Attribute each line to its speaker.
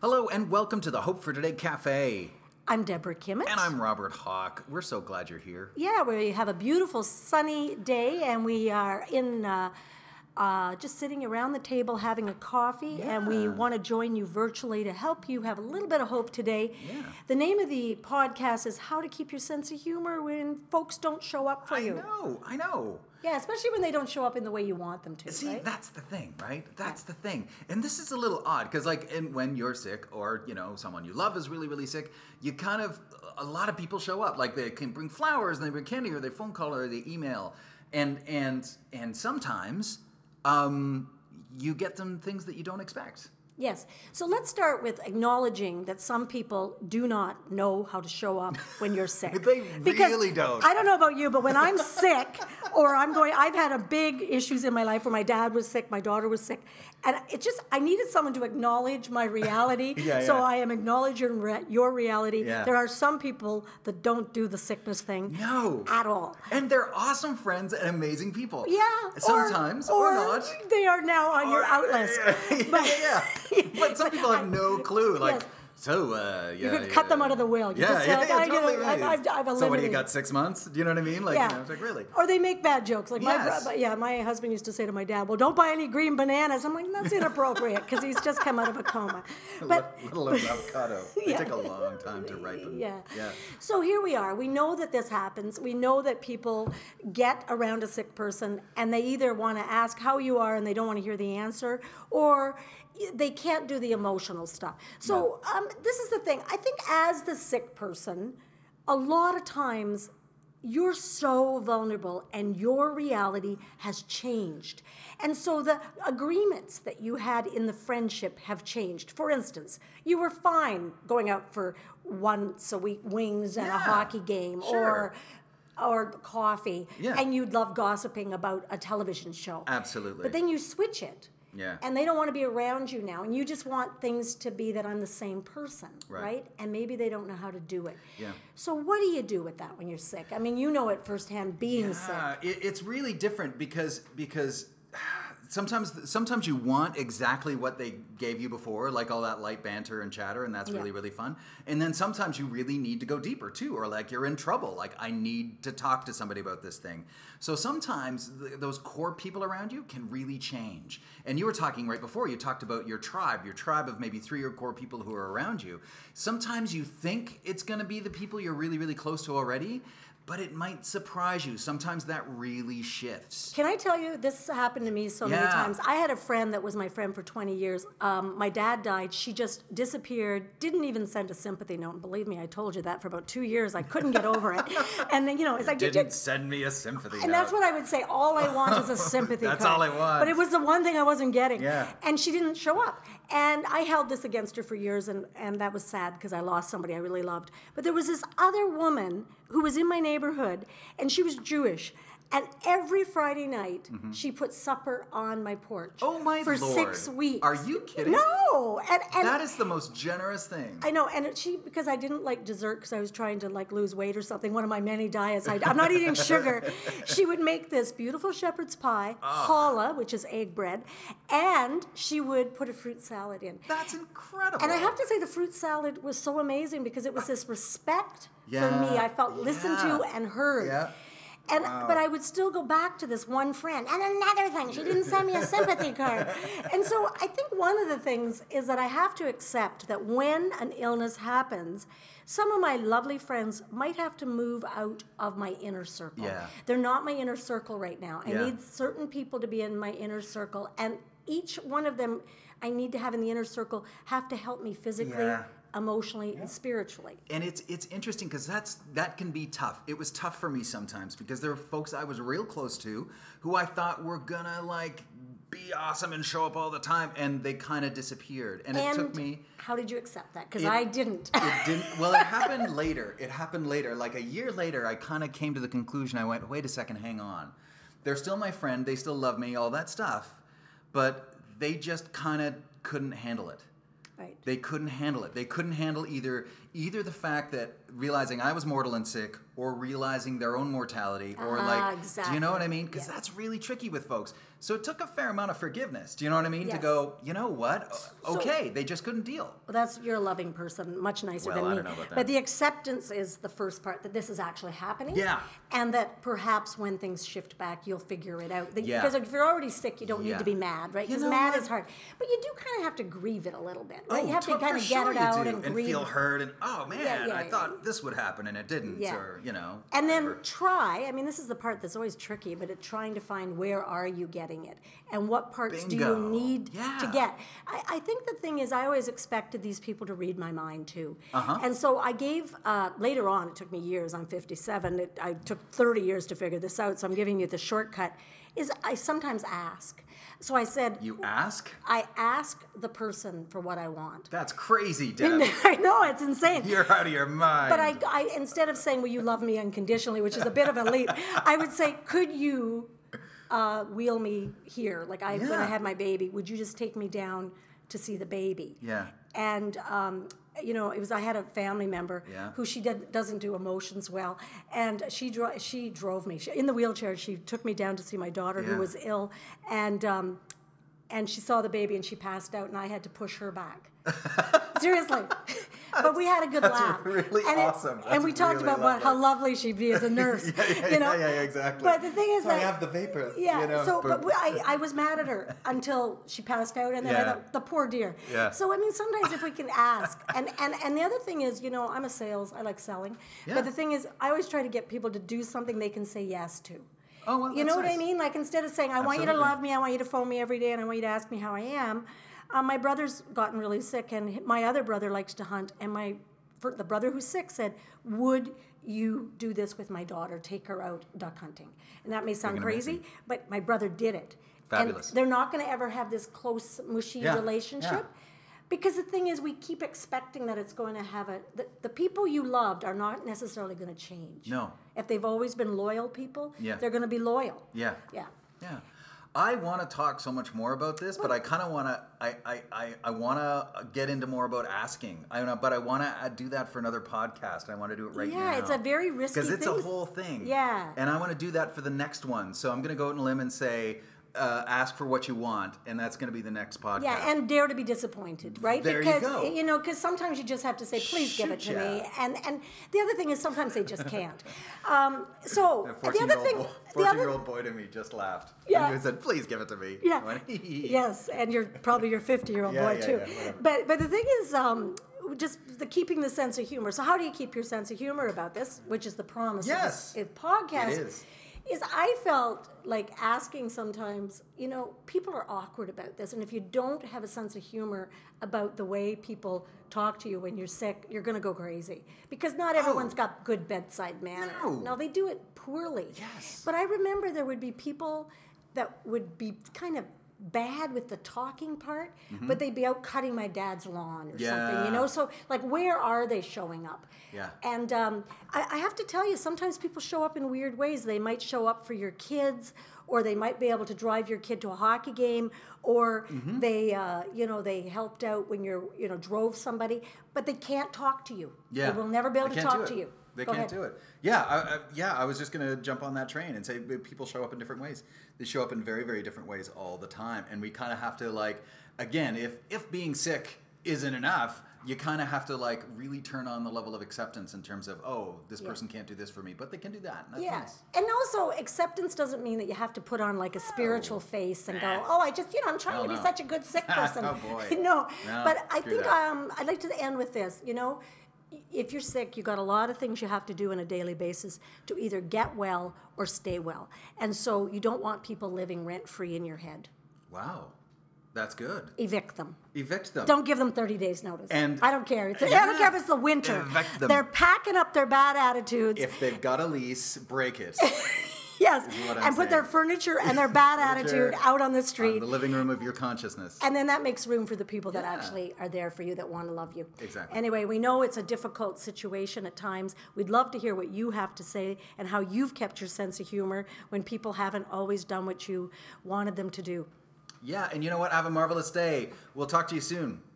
Speaker 1: Hello and welcome to the Hope for Today Cafe.
Speaker 2: I'm Deborah Kimmett.
Speaker 1: And I'm Robert Hawk. We're so glad you're here.
Speaker 2: Yeah, we have a beautiful sunny day, and we are in. Uh, uh, just sitting around the table having a coffee, and we
Speaker 1: Yeah.
Speaker 2: want to join you virtually to help you have a little bit of hope today.
Speaker 1: Yeah.
Speaker 2: The name of the podcast is How to Keep Your Sense of Humor When Folks Don't Show Up For
Speaker 1: I
Speaker 2: You.
Speaker 1: know, I know.
Speaker 2: Yeah, especially when they don't show up in the way you want them to.
Speaker 1: See,
Speaker 2: right?
Speaker 1: that's the thing, right? That's the thing. And this is a little odd because, like, in, when you're sick or, you know, someone you love is really, really sick, you kind of, a lot of people show up. Like, they can bring flowers and they bring candy or they phone call or they email. And, and, and sometimes um, you get them things that you don't expect.
Speaker 2: Yes. So let's start with acknowledging that some people do not know how to show up when you're sick.
Speaker 1: They really don't.
Speaker 2: I don't know about you, but when I'm sick or I'm going I've had a big issues in my life where my dad was sick, my daughter was sick, and it just I needed someone to acknowledge my reality.
Speaker 1: Yeah,
Speaker 2: so
Speaker 1: yeah.
Speaker 2: I am acknowledging re- your reality.
Speaker 1: Yeah.
Speaker 2: There are some people that don't do the sickness thing
Speaker 1: No.
Speaker 2: at all.
Speaker 1: And they're awesome friends and amazing people.
Speaker 2: Yeah. or-
Speaker 1: Sometimes, or not.
Speaker 2: They are now on your
Speaker 1: Or-
Speaker 2: out list.
Speaker 1: Yeah, yeah, yeah, yeah. But some people have no clue. Like,
Speaker 2: Yes.
Speaker 1: so, uh, yeah.
Speaker 2: You could cut them out of the will. You
Speaker 1: yeah,
Speaker 2: just
Speaker 1: yeah,
Speaker 2: said,
Speaker 1: yeah,
Speaker 2: I
Speaker 1: totally
Speaker 2: gotta-
Speaker 1: right.
Speaker 2: I've- I've- I've
Speaker 1: so, what do you
Speaker 2: eliminated-
Speaker 1: got, six months? Do you know what I mean? Like, you know, it's like, really?
Speaker 2: Or they make bad jokes. Like my
Speaker 1: Yes.
Speaker 2: bro- but yeah, my husband used to say to my dad, "Well, don't buy any green bananas." I'm like, "That's inappropriate because he's just come out of a coma." But
Speaker 1: Let alone avocado. They
Speaker 2: Yeah.
Speaker 1: take a long time to ripen.
Speaker 2: yeah.
Speaker 1: Yeah.
Speaker 2: So here we are. We know that this happens. We know that people get around a sick person and they either want to ask how you are and they don't want to hear the answer or they can't do the emotional stuff. So um, this is the thing. I think as the sick person, a lot of times you're so vulnerable and your reality has changed. And so the agreements that you had in the friendship have changed. For instance, you were fine going out for once a week wings and
Speaker 1: Yeah,
Speaker 2: a hockey game
Speaker 1: sure.
Speaker 2: or or coffee
Speaker 1: Yeah.
Speaker 2: and you'd love gossiping about a television show.
Speaker 1: Absolutely.
Speaker 2: But then you switch it.
Speaker 1: Yeah.
Speaker 2: And they don't want to be around you now. And you just want things to be that I'm the same person,
Speaker 1: Right.
Speaker 2: right? And maybe they don't know how to do it.
Speaker 1: Yeah.
Speaker 2: So what do you do with that when you're sick? I mean, you know it firsthand being sick.
Speaker 1: Yeah, Uh, it, it's really different because because sometimes sometimes you want exactly what they gave you before, like all that light banter and chatter, and that's
Speaker 2: Yeah.
Speaker 1: really really fun. And then sometimes you really need to go deeper too, or like you're in trouble, like I need to talk to somebody about this thing. So sometimes th- those core people around you can really change. And you were talking right before you talked about your tribe, your tribe of maybe three or four people who are around you. Sometimes you think it's going to be the people you're really really close to already. But it might surprise you. Sometimes that really shifts.
Speaker 2: Can I tell you, this happened to me so
Speaker 1: Yeah.
Speaker 2: many times. I had a friend that was my friend for 20 years. Um, my dad died. She just disappeared, didn't even send a sympathy note. And believe me, I told you that for about two years. I couldn't get over it. And then, you know, it's like, did you-
Speaker 1: Didn't send me a sympathy.
Speaker 2: And that's what I would say. All I want is a sympathy
Speaker 1: That's
Speaker 2: card.
Speaker 1: all I want.
Speaker 2: But it was the one thing I wasn't getting.
Speaker 1: Yeah.
Speaker 2: And she didn't show up. And I held this against her for years, and, and that was sad because I lost somebody I really loved. But there was this other woman who was in my neighborhood, and she was Jewish. And every Friday night, she put supper on my porch.
Speaker 1: Mm-hmm. Oh my
Speaker 2: For
Speaker 1: lord!
Speaker 2: six weeks.
Speaker 1: Are you kidding?
Speaker 2: No. And, and
Speaker 1: That is the most generous thing.
Speaker 2: I know, and it, she because I didn't like dessert because I was trying to like lose weight or something. One of my many diets. I, I'm not eating sugar. She would make this beautiful shepherd's pie,
Speaker 1: Ah.
Speaker 2: challah, which is egg bread, and she would put a fruit salad in.
Speaker 1: that's incredible.
Speaker 2: And I have to say, the fruit salad was so amazing because it was this respect for me.
Speaker 1: Yeah,
Speaker 2: I felt listened to
Speaker 1: yeah,
Speaker 2: and heard.
Speaker 1: Yeah.
Speaker 2: And but I would still go back to this one friend. And another thing, she didn't send me a sympathy card. And so I think one of the things is that I have to accept that when an illness happens, some of my lovely friends might have to move out of my inner circle.
Speaker 1: Yeah.
Speaker 2: They're not my inner circle right now. I
Speaker 1: Yeah.
Speaker 2: need certain people to be in my inner circle and each one of them I need to have in the inner circle have to help me physically,
Speaker 1: Yeah.
Speaker 2: emotionally, and spiritually.
Speaker 1: And it's it's interesting because that's that can be tough. It was tough for me sometimes because there were folks I was real close to who I thought were gonna like be awesome and show up all the time, and they kind of disappeared. And,
Speaker 2: and
Speaker 1: it took me.
Speaker 2: how did you accept that? Because
Speaker 1: It-
Speaker 2: I didn't.
Speaker 1: It didn't. Well, it happened later. It happened later. Like a year later, I kind of came to the conclusion. I went, wait a second, hang on. They're still my friend. They still love me. All that stuff, but they just kind of couldn't handle it.
Speaker 2: right.
Speaker 1: They couldn't handle it. They couldn't handle either either the fact that realizing I was mortal and sick, or realizing their own mortality or
Speaker 2: Ah,
Speaker 1: like do you know what
Speaker 2: exactly.
Speaker 1: I mean? Because
Speaker 2: Yeah.
Speaker 1: that's really tricky with folks. So it took a fair amount of forgiveness. Do you know what I mean? To
Speaker 2: Yes.
Speaker 1: go, you know what? O-
Speaker 2: So-
Speaker 1: Okay, they just couldn't deal.
Speaker 2: Well, that's you're a loving person, much nicer
Speaker 1: Well,
Speaker 2: than
Speaker 1: I
Speaker 2: me.
Speaker 1: don't know about that.
Speaker 2: But the acceptance is the first part that this is actually happening.
Speaker 1: Yeah.
Speaker 2: And that perhaps when things shift back, you'll figure it out. That-
Speaker 1: Yeah.
Speaker 2: Because if you're already sick, you don't
Speaker 1: Yeah.
Speaker 2: need to be mad, right?
Speaker 1: You
Speaker 2: Because
Speaker 1: know
Speaker 2: mad
Speaker 1: what?
Speaker 2: is hard. But you do kind of have to grieve it a little bit, right?
Speaker 1: Oh,
Speaker 2: you have to
Speaker 1: to-
Speaker 2: kind
Speaker 1: for
Speaker 2: of
Speaker 1: sure
Speaker 2: get it
Speaker 1: you
Speaker 2: out
Speaker 1: do,
Speaker 2: and,
Speaker 1: and
Speaker 2: grieve.
Speaker 1: feel hurt and oh man,
Speaker 2: yeah,
Speaker 1: I
Speaker 2: yeah,
Speaker 1: thought this would happen and it didn't,
Speaker 2: Yeah.
Speaker 1: or you know.
Speaker 2: And then
Speaker 1: whatever.
Speaker 2: try. I mean, this is the part that's always tricky, but it trying to find where are you getting it and what parts do
Speaker 1: Bingo.
Speaker 2: you need to
Speaker 1: Yeah.
Speaker 2: get. I, I think the thing is, I always expected these people to read my mind too.
Speaker 1: Uh-huh.
Speaker 2: And so I gave, uh, later on, it took me years, I'm 57, it, I took 30 years to figure this out, so I'm giving you the shortcut, is I sometimes ask. So I said,
Speaker 1: you ask.
Speaker 2: I ask the person for what I want.
Speaker 1: That's crazy, Deb.
Speaker 2: I know, it's insane.
Speaker 1: You're out of your mind.
Speaker 2: But I, I, instead of saying, "Will you love me unconditionally," which is a bit of a leap, I would say, "Could you uh, wheel me here? Like I, when I
Speaker 1: Yeah.
Speaker 2: had my baby, would you just take me down to see the baby?"
Speaker 1: Yeah.
Speaker 2: And um, you know, it was I had a family member
Speaker 1: Yeah.
Speaker 2: who she did, doesn't do emotions well, and she dro- she drove me she, in the wheelchair. She took me down to see my daughter
Speaker 1: Yeah.
Speaker 2: who was ill, and. Um, and she saw the baby and she passed out and I had to push her back. Seriously. but we had a good laugh.
Speaker 1: really
Speaker 2: and
Speaker 1: awesome.
Speaker 2: and
Speaker 1: That's
Speaker 2: we talked
Speaker 1: really
Speaker 2: about what, how lovely she'd be as a nurse. you know?
Speaker 1: exactly.
Speaker 2: But the thing is
Speaker 1: So I
Speaker 2: that-
Speaker 1: have the vapors.
Speaker 2: Yeah.
Speaker 1: you know,
Speaker 2: so, but
Speaker 1: boop.
Speaker 2: we, I, I was mad at her until she passed out, and then I
Speaker 1: Yeah.
Speaker 2: thought, the poor dear.
Speaker 1: Yeah.
Speaker 2: So I mean, sometimes if we can ask, and and and the other thing is, you know, I'm a sales, I like selling,
Speaker 1: Yeah.
Speaker 2: but the thing is, I always try to get people to do something they can say yes to.
Speaker 1: Oh, well,
Speaker 2: you know
Speaker 1: that's
Speaker 2: what I
Speaker 1: nice.
Speaker 2: mean? Like instead of saying, "I want you to
Speaker 1: Absolutely.
Speaker 2: love me," "I want you to phone me every day," and "I want you to ask me how I am," um, my brother's gotten really sick, and h- my other brother likes to hunt, and my for the brother who's sick said, "Would you do this with my daughter? Take her out duck hunting?" And that may sound
Speaker 1: Friggin'
Speaker 2: crazy,
Speaker 1: amazing.
Speaker 2: but my brother did it.
Speaker 1: Fabulous.
Speaker 2: And they're not going to ever have this close, mushy
Speaker 1: Yeah,
Speaker 2: relationship.
Speaker 1: yeah.
Speaker 2: Because the thing is, we keep expecting that it's going to have a. The, the people you loved are not necessarily going to change.
Speaker 1: No.
Speaker 2: If they've always been loyal people,
Speaker 1: Yeah.
Speaker 2: they're going to be loyal.
Speaker 1: yeah.
Speaker 2: Yeah.
Speaker 1: Yeah. I want to talk so much more about this, but I kind of want to. I I, I, I want to get into more about asking. I know, but I want to do that for another podcast. I want to do it right now.
Speaker 2: yeah, it's a very risky
Speaker 1: because it's
Speaker 2: thing.
Speaker 1: a whole thing.
Speaker 2: Yeah.
Speaker 1: And I want to do that for the next one. So I'm going to go out on a limb and say, uh, ask for what you want, and that's going to be the next podcast.
Speaker 2: yeah, and dare to be disappointed, right?
Speaker 1: There you
Speaker 2: because
Speaker 1: go.
Speaker 2: you know, because sometimes you just have to say, "Please give it to
Speaker 1: Shoot ya.
Speaker 2: me," and and the other thing is sometimes they just can't. Um, so
Speaker 1: A
Speaker 2: the other thing, the other
Speaker 1: fourteen-year-old boy to me just laughed.
Speaker 2: Yeah.
Speaker 1: And he said, "Please give it to me." I
Speaker 2: Yeah.
Speaker 1: went,
Speaker 2: yes, and you're probably your 50 year old
Speaker 1: Yeah,
Speaker 2: boy
Speaker 1: yeah,
Speaker 2: too.
Speaker 1: yeah, whatever.
Speaker 2: but but the thing is, um, just the keeping the sense of humor. So how do you keep your sense of humor about this, which is the promise
Speaker 1: Yes.
Speaker 2: of this if podcast?
Speaker 1: It is.
Speaker 2: is I felt like asking sometimes, you know, people are awkward about this. And if you don't have a sense of humor about the way people talk to you when you're sick, you're going to go crazy. Because not everyone's got good bedside manner.
Speaker 1: No.
Speaker 2: Now, they do it poorly.
Speaker 1: Yes.
Speaker 2: But I remember there would be people that would be kind of bad with the talking part, but they'd be out cutting my dad's lawn or something, you
Speaker 1: Mm-hmm. Yeah.
Speaker 2: know? So, like, where are they showing up?
Speaker 1: Yeah.
Speaker 2: And um, I, I have to tell you, sometimes people show up in weird ways. They might show up for your kids, or they might be able to drive your kid to a hockey game, or
Speaker 1: Mm-hmm.
Speaker 2: they, uh, you know, they helped out when you're, you know, drove somebody, but they can't talk to you.
Speaker 1: Yeah.
Speaker 2: They will never be able
Speaker 1: They
Speaker 2: to
Speaker 1: can't do
Speaker 2: talk to
Speaker 1: it.
Speaker 2: you.
Speaker 1: They
Speaker 2: Go
Speaker 1: can't
Speaker 2: ahead.
Speaker 1: do it. Yeah, I, I, yeah. I was just gonna jump on that train and say uh, people show up in different ways. They show up in very, very different ways all the time, and we kind of have to like, again, if if being sick isn't enough, you kind of have to like really turn on the level of acceptance in terms of, oh, this
Speaker 2: Yeah.
Speaker 1: person can't do this for me, but they can do that. and That's
Speaker 2: Yeah.
Speaker 1: nice.
Speaker 2: And also, acceptance doesn't mean that you have to put on like a spiritual face and go,
Speaker 1: Nah.
Speaker 2: oh, I just, you know, I'm trying
Speaker 1: Hell
Speaker 2: to be
Speaker 1: no.
Speaker 2: such a good sick person.
Speaker 1: Oh, boy.
Speaker 2: no.
Speaker 1: No,
Speaker 2: But I
Speaker 1: screw
Speaker 2: think
Speaker 1: that.
Speaker 2: um, I'd like to end with this. You know, if you're sick, you got a lot of things you have to do on a daily basis to either get well or stay well. And so you don't want people living rent free in your head.
Speaker 1: Wow, that's good.
Speaker 2: Evict them.
Speaker 1: Evict them.
Speaker 2: Don't give them 30 days notice.
Speaker 1: And-
Speaker 2: I don't care. It's, I don't
Speaker 1: Yeah.
Speaker 2: care if it's the winter.
Speaker 1: Evict them.
Speaker 2: They're packing up their bad attitudes.
Speaker 1: If they've got a lease, break it.
Speaker 2: Yes,
Speaker 1: what
Speaker 2: and
Speaker 1: I'm
Speaker 2: put their
Speaker 1: saying.
Speaker 2: furniture and their bad attitude
Speaker 1: Furniture
Speaker 2: out on the
Speaker 1: on
Speaker 2: street.
Speaker 1: the living room of your consciousness.
Speaker 2: and then that makes room for the people that
Speaker 1: Yeah.
Speaker 2: actually are there for you that want to love you.
Speaker 1: Exactly.
Speaker 2: Anyway, we know it's a difficult situation at times. We'd love to hear what you have to say and how you've kept your sense of humor when people haven't always done what you wanted them to do.
Speaker 1: Yeah, and you know what? Have a marvelous day. We'll talk to you soon.